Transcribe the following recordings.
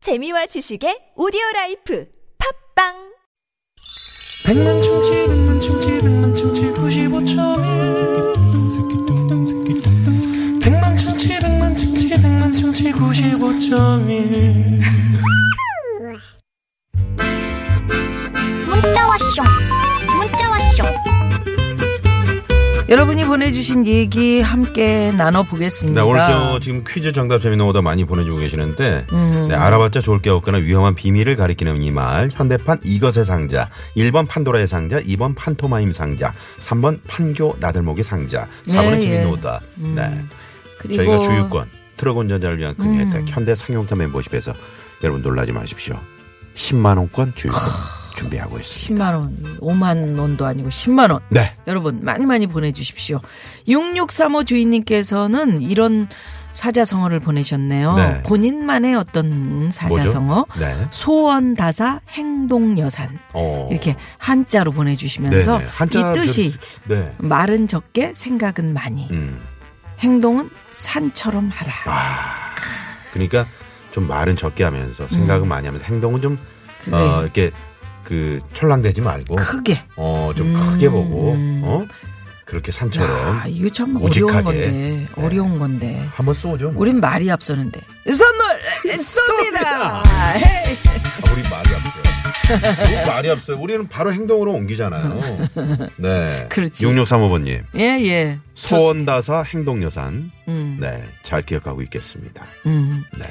재미와 지식의 오디오 라이프 팝빵 백만 충치 백만 충치 백만 충치 95.1 백만 충치 백만 충치 백만 충치 95.1 문자 왔쇼 문자 왔쇼 여러분이 보내주신 얘기 함께 나눠보겠습니다. 음. 네, 오늘 저 지금 퀴즈 정답 재밌는 오다 많이 보내주고 계시는데 네, 알아봤자 좋을 게 없거나 위험한 비밀을 가리키는 이 말 현대판 이것의 상자 1번 판도라의 상자 2번 판토마임 상자 3번 판교 나들목의 상자 4번은 예, 예. 재밌는 오다 네. 그리고 음. 저희가 주유권 트럭 운전자를 위한 큰 혜택 현대 상용차 멤버십에서 여러분 놀라지 마십시오 10만 원권 주유권 준비하고 있습니다 10만 원, 5만 원도 아니고 10만 원. 네 여러분 많이 많이 보내주십시오. 6635 주인님께서는 이런 사자성어를 보내셨네요. 네. 본인만의 어떤 사자성어. 뭐죠? 네. 소원 다사 행동 여산 어. 이렇게 한자로 보내주시면서 네네. 한자 이 뜻이 저- 네. 말은 적게 생각은 많이 음. 아. 행동은 산처럼 하라. 그러니까 좀 말은 적게 하면서 음. 생각은 많이 하면서 행동은 좀 그게 어, 이렇게 그 촐랑대지 말고 네. 크게. 어 좀 크게 보고 어 그렇게 산처럼 아, 이거 참 우직하게. 네. 어려운 건데. 어려운 건데. 한번 쏘죠. 뭐. 우린 말이 앞서는데. 선물 쏩니다. 헤이. 아, 우리 말이 없어요. 우리 말이 없어요. 우리는 바로 행동으로 옮기잖아요. 네. 그렇지. 6635번님 예, 예. 소원다사 행동여산 음. 네잘 기억하고 있겠습니다. 음. 네.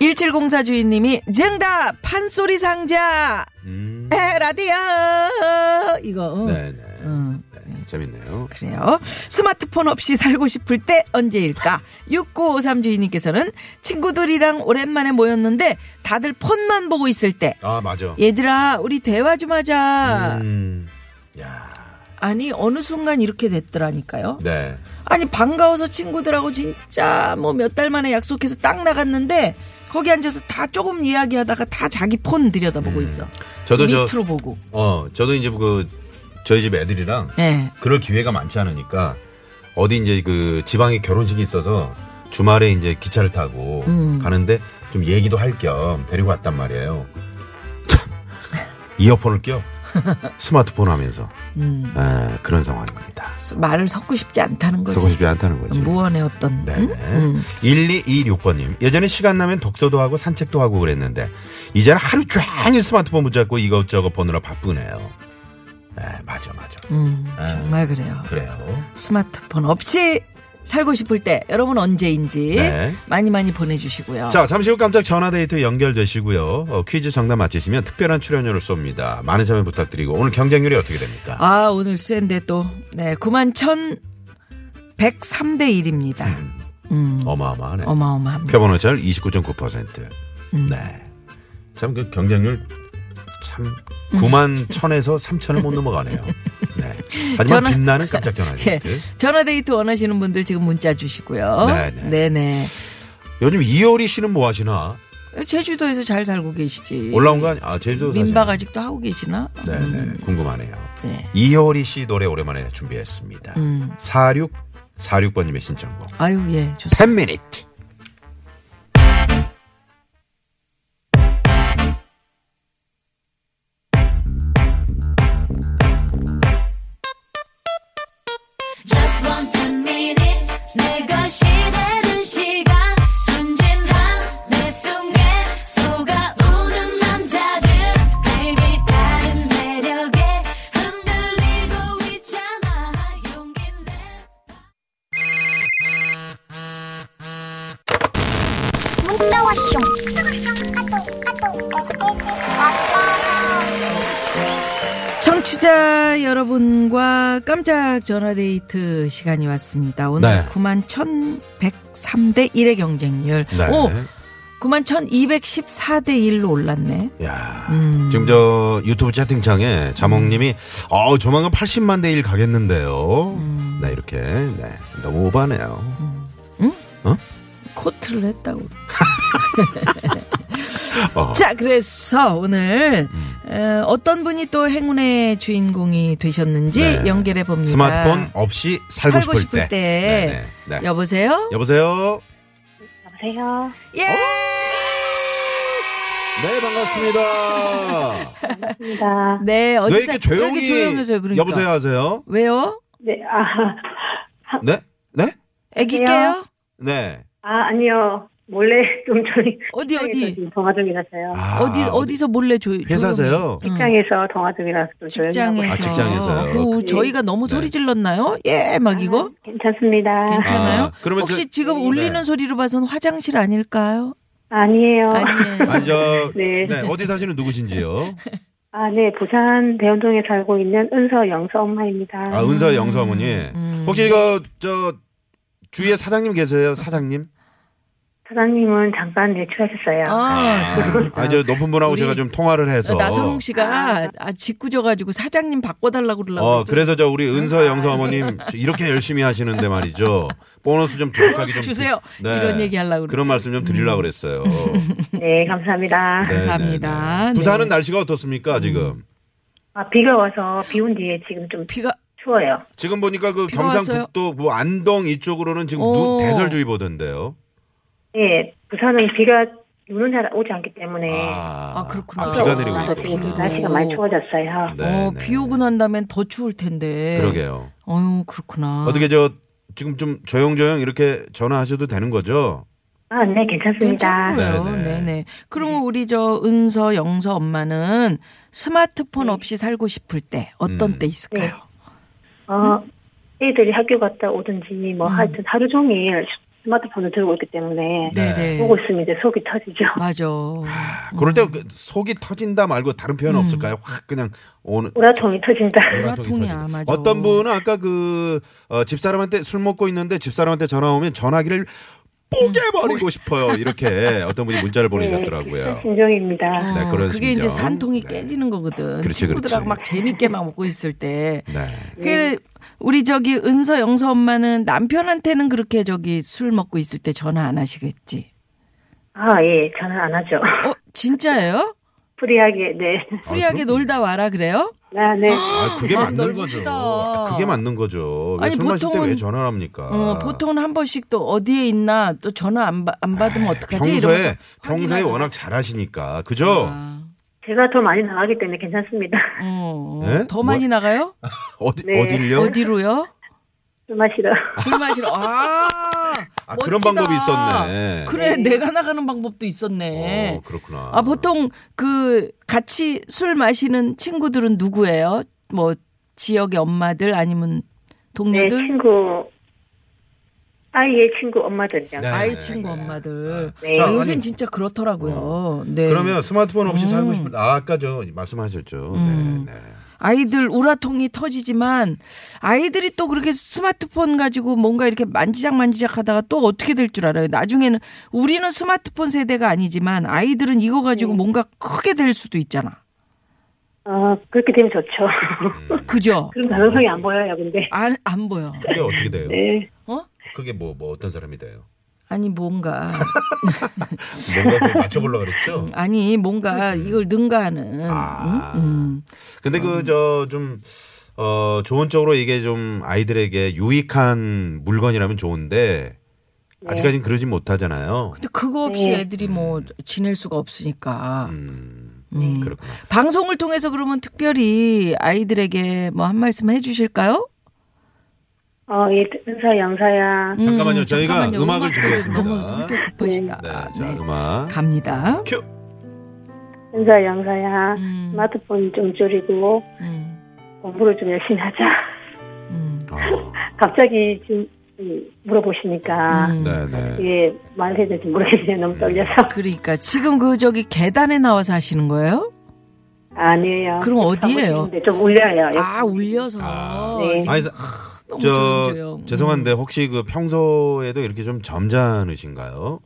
1704 주인님이 정답 판소리 상자 음. 에, 라디오 이거 응. 네네. 응. 네, 음. 재밌네요. 그래요. 스마트폰 없이 살고 싶을 때 언제일까? 6953 주인님께서는 친구들이랑 오랜만에 모였는데 다들 폰만 보고 있을 때 아 맞아. 얘들아 우리 대화 좀 하자. 음. 야. 아니 어느 순간 이렇게 됐더라니까요. 네. 아니 반가워서 친구들하고 진짜 뭐 몇 달 만에 약속해서 딱 나갔는데 거기 앉아서 다 조금 이야기하다가 다 자기 폰 들여다보고 있어. 네. 저도 저- 밑으로 보고. 어, 저도 이제 그 저희 집 애들이랑 예. 그럴 기회가 많지 않으니까 어디 이제 그 지방에 결혼식이 있어서 주말에 이제 기차를 타고 음. 가는데 좀 얘기도 할 겸 데리고 왔단 말이에요. 참, 이어폰을 껴 스마트폰 하면서 음. 에, 그런 상황입니다. 말을 섞고 싶지 않다는 거지. 쓰고 싶지 않다는 거지. 무언의 어떤 네네. 응? 음. 1226번님. 예전에 시간 나면 독서도 하고 산책도 하고 그랬는데, 이제는 하루 종일 스마트폰 붙잡고 이것저것 보느라 바쁘네요. 에, 맞아, 맞아. 음, 아. 정말 그래요. 그래요. 스마트폰 없이 살고 싶을 때 여러분 언제인지 네. 많이 많이 보내주시고요. 자, 잠시 후 깜짝 전화데이트 연결되시고요. 어, 퀴즈 정답 맞히시면 특별한 출연료를 쏩니다. 많은 참여 부탁드리고, 오늘 경쟁률이 어떻게 됩니까? 아 오늘 센데 또 네, 91,103대 1입니다. 음, 어마어마하네. 그 어마어마합니다. 표본오 절 29.9%. 음. 네. 참 그 경쟁률 참 9만 천에서 3천을 못 넘어가네요. 네. 하지만 음. 저는- 빛나는 깜짝 전화데이트. 예. 전화데이트 원하시는 분들 지금 문자 주시고요. 네네. 네네. 요즘 이효리 씨는 뭐 하시나? 제주도에서 잘 살고 계시지. 올라온 거 아니? 아, 제주도 사시네. 예. 민박 아직도 하고 계시나? 음. 네, 네. 궁금하네요. 네. 이효리 씨 노래 오랜만에 준비했습니다. 음. 46 46번 님의 신청곡. 아유 예 좋습니다. 10 minute. Just want a minute 내 것이 되는 시간 순진한 내 순간 속아 우는 남자들 baby 다른 매력에 흔들리고 있잖아 용기 내 문자 왔쇼 까똑 까똑 왔다 청취자 여러분과 깜짝 전화데이트 시간이 왔습니다. 네. 오늘 91,103대 1의 경쟁률. 네. 오 91,214대 1로 올랐네. 야, 음. 지금 저 유튜브 채팅창에 자몽님이 어 조만간 80만 대 일 가겠는데요. 음. 네 이렇게 네 너무 오바네요. 코트를 했다고. 어. 음. 자, 그래서 오늘 어, 어떤 분이 또 행운의 주인공이 되셨는지 네. 연결해 봅니다. 스마트폰 없이 살고, 살고 싶을 때. 네네, 네. 여보세요? 여보세요. 여보세요 예! 네, 반갑습니다. 반갑습니다. 네, 어디서 왜 이렇게 조용히 왜 이렇게 조용해져요? 그러니까. 여보세요 하세요? 왜요? 네, 아, 네? 네? 애기 깨요? 여보세요? 네. 아, 아니요. 몰래 좀 저희. 어디, 어디? 직장에서 지금 동화 중이라서요. 아, 어디 어디서 몰래 조 회사세요? 조용히. 응. 직장에서 동화 중이라서 좀 조용히. 직장에서. 아, 직장에서요. 그 네. 저희가 너무 네. 소리 질렀나요? 예, 막 이거. 하고. 아, 괜찮습니다. 괜찮아요? 네. 아, 그러면 혹시 저- 지금 네. 울리는 소리로 봐선 화장실 아닐까요? 아니에요. 아니에요. 아니, 저, 네. 네. 어디 사시는 누구신지요? 아, 네. 부산 대운동에 살고 있는 은서 영서 엄마입니다. 아, 은서 영서 어머니. 음. 혹시 이거, 저, 주위에 사장님 계세요? 사장님? 사장님은 잠깐 내출하셨어요. 아, 그렇습니다. 아, 저 높은 분하고 우리 제가 좀 통화를 해서. 나선홍 씨가 아, 짓궂어가지고 사장님 바꿔달라고 그러려고. 아. 어, 그랬더니 그래서 저 우리 은서 영서 어머님 저 이렇게 열심히 하시는데 말이죠. 보너스 좀 두둑하게 좀. 주세요. 드- 네. 이런 얘기 하려고 그랬죠. 음. 그런 말씀 좀 드리려고 그랬어요. 네, 감사합니다. 네, 감사합니다. 네, 네. 부산은 네. 날씨가 어떻습니까, 지금? 아, 비가 와서 비 온 뒤에 지금 좀 비가 추워요. 지금 보니까 그 비가 경상북도 뭐 안동 이쪽으로는 지금 오. 눈 대설주의보던데요. 네, 부산은 비가 눈은 잘 오지 않기 때문에. 아, 그렇구나. 아, 비가 내리고 그래서 지금 있구나. 날씨가 많이 추워졌어요. 네, 어, 네, 비 네. 오고 네. 난 다음엔 더 추울 텐데. 그러게요. 어유 그렇구나. 어떻게 저 지금 좀 조용조용 이렇게 전화하셔도 되는 거죠? 아, 네, 괜찮습니다. 괜찮고요. 네네. 네네. 그러면 우리 저 은서, 영서 엄마는 스마트폰 네. 없이 살고 싶을 때 어떤 음. 때 있을까요? 어, 애들이 학교 갔다 오든지 뭐 하여튼 하루 종일 스마트폰을 들고 있기 때문에 네. 네네. 보고 있으면 이제 속이 터지죠. 맞아. 그럴 음. 때그 속이 터진다 말고 다른 표현 없을까요? 확 그냥 오늘 오라통이 터진다. 오라통이 오라통이야, 터지는. 맞아. 어떤 분은 아까 그 어, 집사람한테 술 먹고 있는데 집사람한테 전화 오면 전화기를 뽀개버리고 음. 싶어요. 이렇게 어떤 분이 문자를 보내셨더라고요. 심정입니다. 네, 그런 아, 그게 이제 심정. 산통이 네. 깨지는 거거든. 그렇지, 친구들하고 그렇지. 막 재밌게 막 먹고 있을 때. 네. 그래 우리 저기 은서 영서 엄마는 남편한테는 그렇게 저기 술 먹고 있을 때 전화 안 하시겠지? 아, 예, 저는 안 하죠. 어 진짜예요? 프리하게, 네. 프리하게 놀다 와라 그래요? 아, 네. 아, 그게 아, 맞는 거죠. 넓으시다. 아, 그게 맞는 거죠. 왜 아니, 술 마실 때 왜 보통은- 전화를 합니까? 어, 보통은 한 번씩 또 어디에 있나 또 전화 안, 받- 안 받으면 어떡하지? 이러면서 아, 평소에 평소에 확인하지. 워낙 잘하시니까 그죠? 아, 제가 더 많이 나가기 때문에 괜찮습니다. 어, 네? 더 많이 나가요? 어디 네. 어딜요? 어디로요? 술 마시러. 술 마시러. 아, 아, 그런 멋지다. 방법이 있었네. 그래 내가 나가는 방법도 있었네. 어, 그렇구나. 아, 보통 그 같이 술 마시는 친구들은 누구예요? 뭐 지역의 엄마들 아니면 네, 동료들? 친구. 아이의 친구 엄마들이요. 네. 아이 친구 네, 네. 엄마들. 네. 자, 요새는 아니, 어. 진짜 그렇더라고요. 네. 그러면 스마트폰 없이 음. 살고 싶을 아, 아까 저 말씀하셨죠. 음. 네, 네. 아이들 우라통이 터지지만 아이들이 또 그렇게 스마트폰 가지고 뭔가 이렇게 만지작 만지작 하다가 또 어떻게 될 줄 알아요. 나중에는 우리는 스마트폰 세대가 아니지만 아이들은 이거 네. 가지고 뭔가 크게 될 수도 있잖아. 어, 그렇게 되면 좋죠. 그죠? 그런 가능성이 안 보여요, 근데. 안, 안 보여. 그게 어떻게 돼요? 네. 어? 그게 뭐 뭐 어떤 사람이 돼요? 아니 뭔가 뭔가 그걸 맞춰보려고 그랬죠. 아니 뭔가 이걸 능가하는 아. 음? 음. 근데 그 저 좀 어, 조언적으로 이게 좀 아이들에게 유익한 물건이라면 좋은데 아직까지는 그러지 못하잖아요. 근데 그거 없이 네. 애들이 뭐 지낼 수가 없으니까 음, 음. 그렇구나. 방송을 통해서 그러면 특별히 아이들에게 뭐 한 말씀 해주실까요? 어, 예, 은서 영서야. 음, 잠깐만요. 저희가 음악을 음악 준비했습니다. 너무 성격 급하시다. 네, 자 네. 음악 갑니다. 큐. 은서 영서야. 음. 스마트폰 좀 줄이고 음, 공부를 좀 열심히 하자. 음, 어, 갑자기 지금 음, 물어보시니까 음. 네네. 예 말해야 될지 모르겠네요. 너무 떨려서. 그러니까 지금 그 저기 계단에 나와서 하시는 거예요? 아니에요. 그럼 어디예요? 사무실인데 좀 울려요. 아 울려서 아, 네. 아니, 사- 예. 너무 음. 저 조용조용. 죄송한데 혹시 그 평소에도 이렇게 좀 점잖으신가요?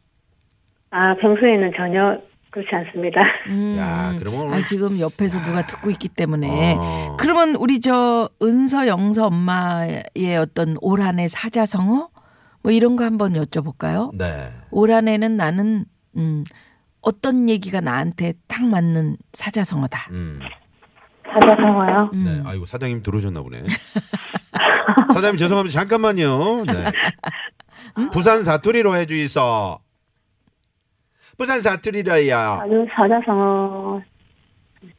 아 평소에는 전혀 그렇지 않습니다. 음. 야, 그러면 오늘- 아 지금 옆에서 누가 듣고 있기 때문에 어. 그러면 우리 저 은서 영서 엄마의 어떤 올한해 사자성어 뭐 이런 거 한번 여쭤볼까요? 네. 올한해는 나는 음 어떤 얘기가 나한테 딱 맞는 사자성어다. 음. 사자성어요. 음. 네. 아이고 사장님 들으셨나 보네. 사장님 음? 죄송합니다. 잠깐만요. 네. 부산 사투리로 해주이소. 부산 사투리라야. 아주 사자성어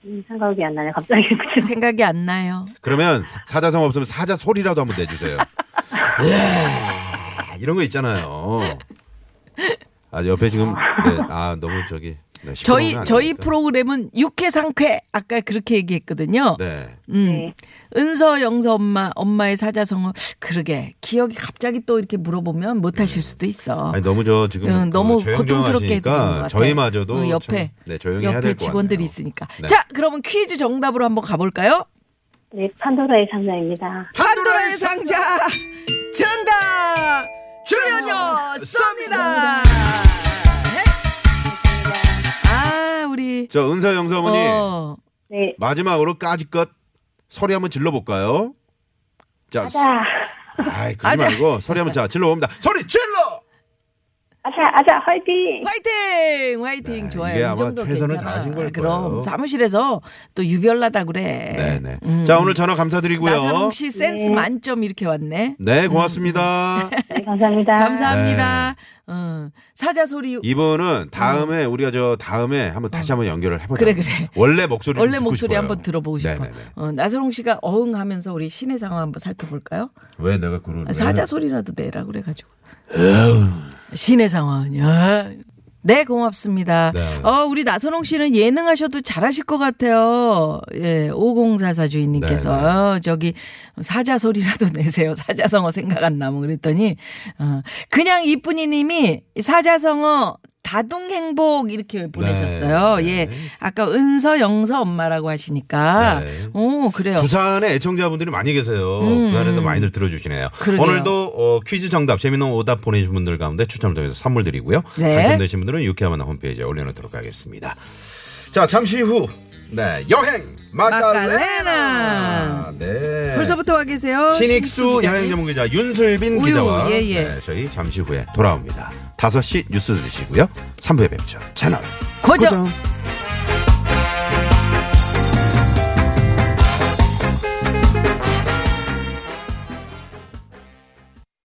음, 생각이 안 나네 갑자기 생각이 안 나요. 그러면 사자성 없으면 사자 소리라도 한번 내주세요. 예, 이런 거 있잖아요. 아 옆에 지금 네, 아 너무 저기 네, 시끄러우면 저희 안 저희 되니까. 프로그램은 육회 상쾌 아까 그렇게 얘기했거든요. 네. 음. 네. 은서 영서 엄마 엄마의 사자성어 그러게 기억이 갑자기 또 이렇게 물어보면 못 하실 수도 있어. 음. 아니 너무 저 지금 응, 그 음, 너무 조용조용 고통스럽게 하시니까 되는 것 같아요. 저희마저도 응, 참, 옆에 네 조용히 해야 옆에 될것 직원들이 같네요. 있으니까. 네. 자, 그러면 퀴즈 정답으로 한번 가볼까요? 네 판도라의 상자입니다. 판도라의 상자 정답 출연료 쏩니다. 네. 아, 우리 저 은서 영서 어머니 어, 네 마지막으로 까짓것 소리 한번 질러 볼까요? 자, 아자 아이 그러지 아자. 말고 소리 한번 자 질러 봅니다. 소리 질러. 아자 아자 화이팅! 화이팅, 화이팅 네, 좋아요. 이게 이 아마 정도 최선을 괜찮아. 다하신 걸 거예요. 그럼 사무실에서 또 유별나다 그래. 네네. 음. 자 오늘 전화 감사드리고요. 나선홍 씨 센스 만점 이렇게 왔네. 네 고맙습니다. 네, 감사합니다. 감사합니다. 어, 사자 소리 네. 이분은 다음에 우리가 저 다음에 한번 다시 한번 연결을 어. 해보자. 그래, 그래. 원래 목소리 원래 목소리 한번 들어보고 싶어. 네네네. 어, 나선홍 씨가 어흥하면서 우리 신의 상황 한번 살펴볼까요? 왜 내가 그런 아, 사자 소리라도 내라 그래가지고. 신의 상황이야. 네 고맙습니다. 네. 어 우리 나선홍 씨는 예능하셔도 잘하실 것 같아요. 예, 5044 주인님께서 네, 네. 어, 저기 사자 소리라도 내세요. 사자성어 생각 안 나면 그랬더니 어, 그냥 이쁜이님이 사자성어 다둥 행복 이렇게 보내셨어요. 네. 예, 아까 은서 영서 엄마라고 하시니까 네. 오 그래요. 부산에 애청자분들이 많이 계세요. 부산에서 많이들 들어주시네요. 음. 그러게요. 오늘도 어, 퀴즈 정답 재미있는 오답 보내주신 분들 가운데 추첨을 통해서 선물 드리고요. 네. 당첨되신 분들은 유쾌한 만남 홈페이지에 올려놓도록 하겠습니다. 자 잠시 후 네, 여행 마카레나 마카레나. 네. 벌써부터 와 계세요. 신익수 기자님. 여행 전문 기자 윤슬빈 우유, 기자와 예, 예. 네, 저희 잠시 후에 돌아옵니다. 5시 뉴스 들으시고요. 3부에 뵙죠. 채널 고정. 고정.